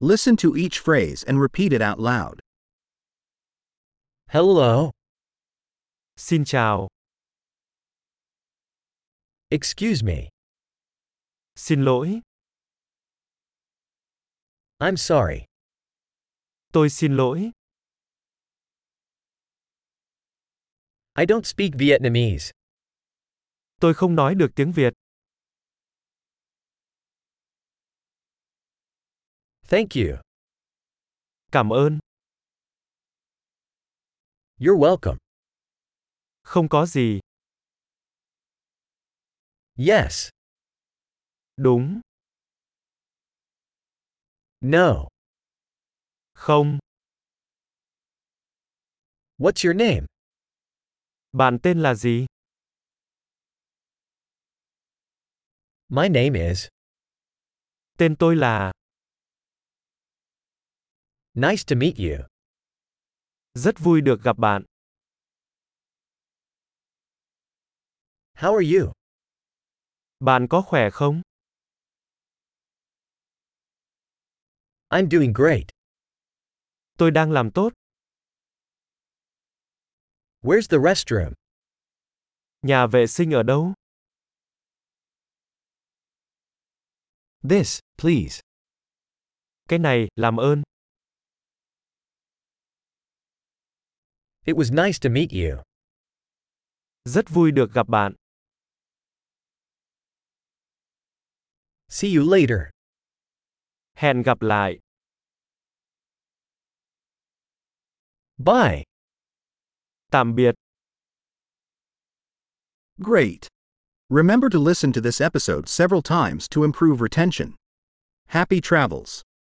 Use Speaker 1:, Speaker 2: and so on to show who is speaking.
Speaker 1: Listen to each phrase and repeat it out loud.
Speaker 2: Hello.
Speaker 3: Xin chào,
Speaker 2: Excuse me.
Speaker 3: xin lỗi,
Speaker 2: I'm sorry.
Speaker 3: tôi xin lỗi,
Speaker 2: I don't speak Vietnamese.
Speaker 3: tôi không nói được tiếng Việt,
Speaker 2: Thank you.
Speaker 3: cảm ơn,
Speaker 2: You're welcome.
Speaker 3: không có gì,
Speaker 2: Yes.
Speaker 3: đúng,
Speaker 2: No.
Speaker 3: không,
Speaker 2: What's your name?
Speaker 3: bạn tên là gì?
Speaker 2: My name is.
Speaker 3: Tên tôi là,
Speaker 2: Nice to meet you.
Speaker 3: rất vui được gặp bạn,
Speaker 2: How are you?
Speaker 3: bạn có khỏe không?
Speaker 2: I'm doing great.
Speaker 3: Tôi đang làm tốt,
Speaker 2: Where's the restroom?
Speaker 3: nhà vệ sinh ở đâu?
Speaker 2: This, please.
Speaker 3: Cái này, làm ơn,
Speaker 2: It was nice to meet you.
Speaker 3: rất vui được gặp bạn,
Speaker 2: See you later.
Speaker 3: hẹn gặp lại,
Speaker 2: Bye.
Speaker 3: tạm biệt.
Speaker 1: Great! Remember to listen to this episode several times to improve retention. Happy travels!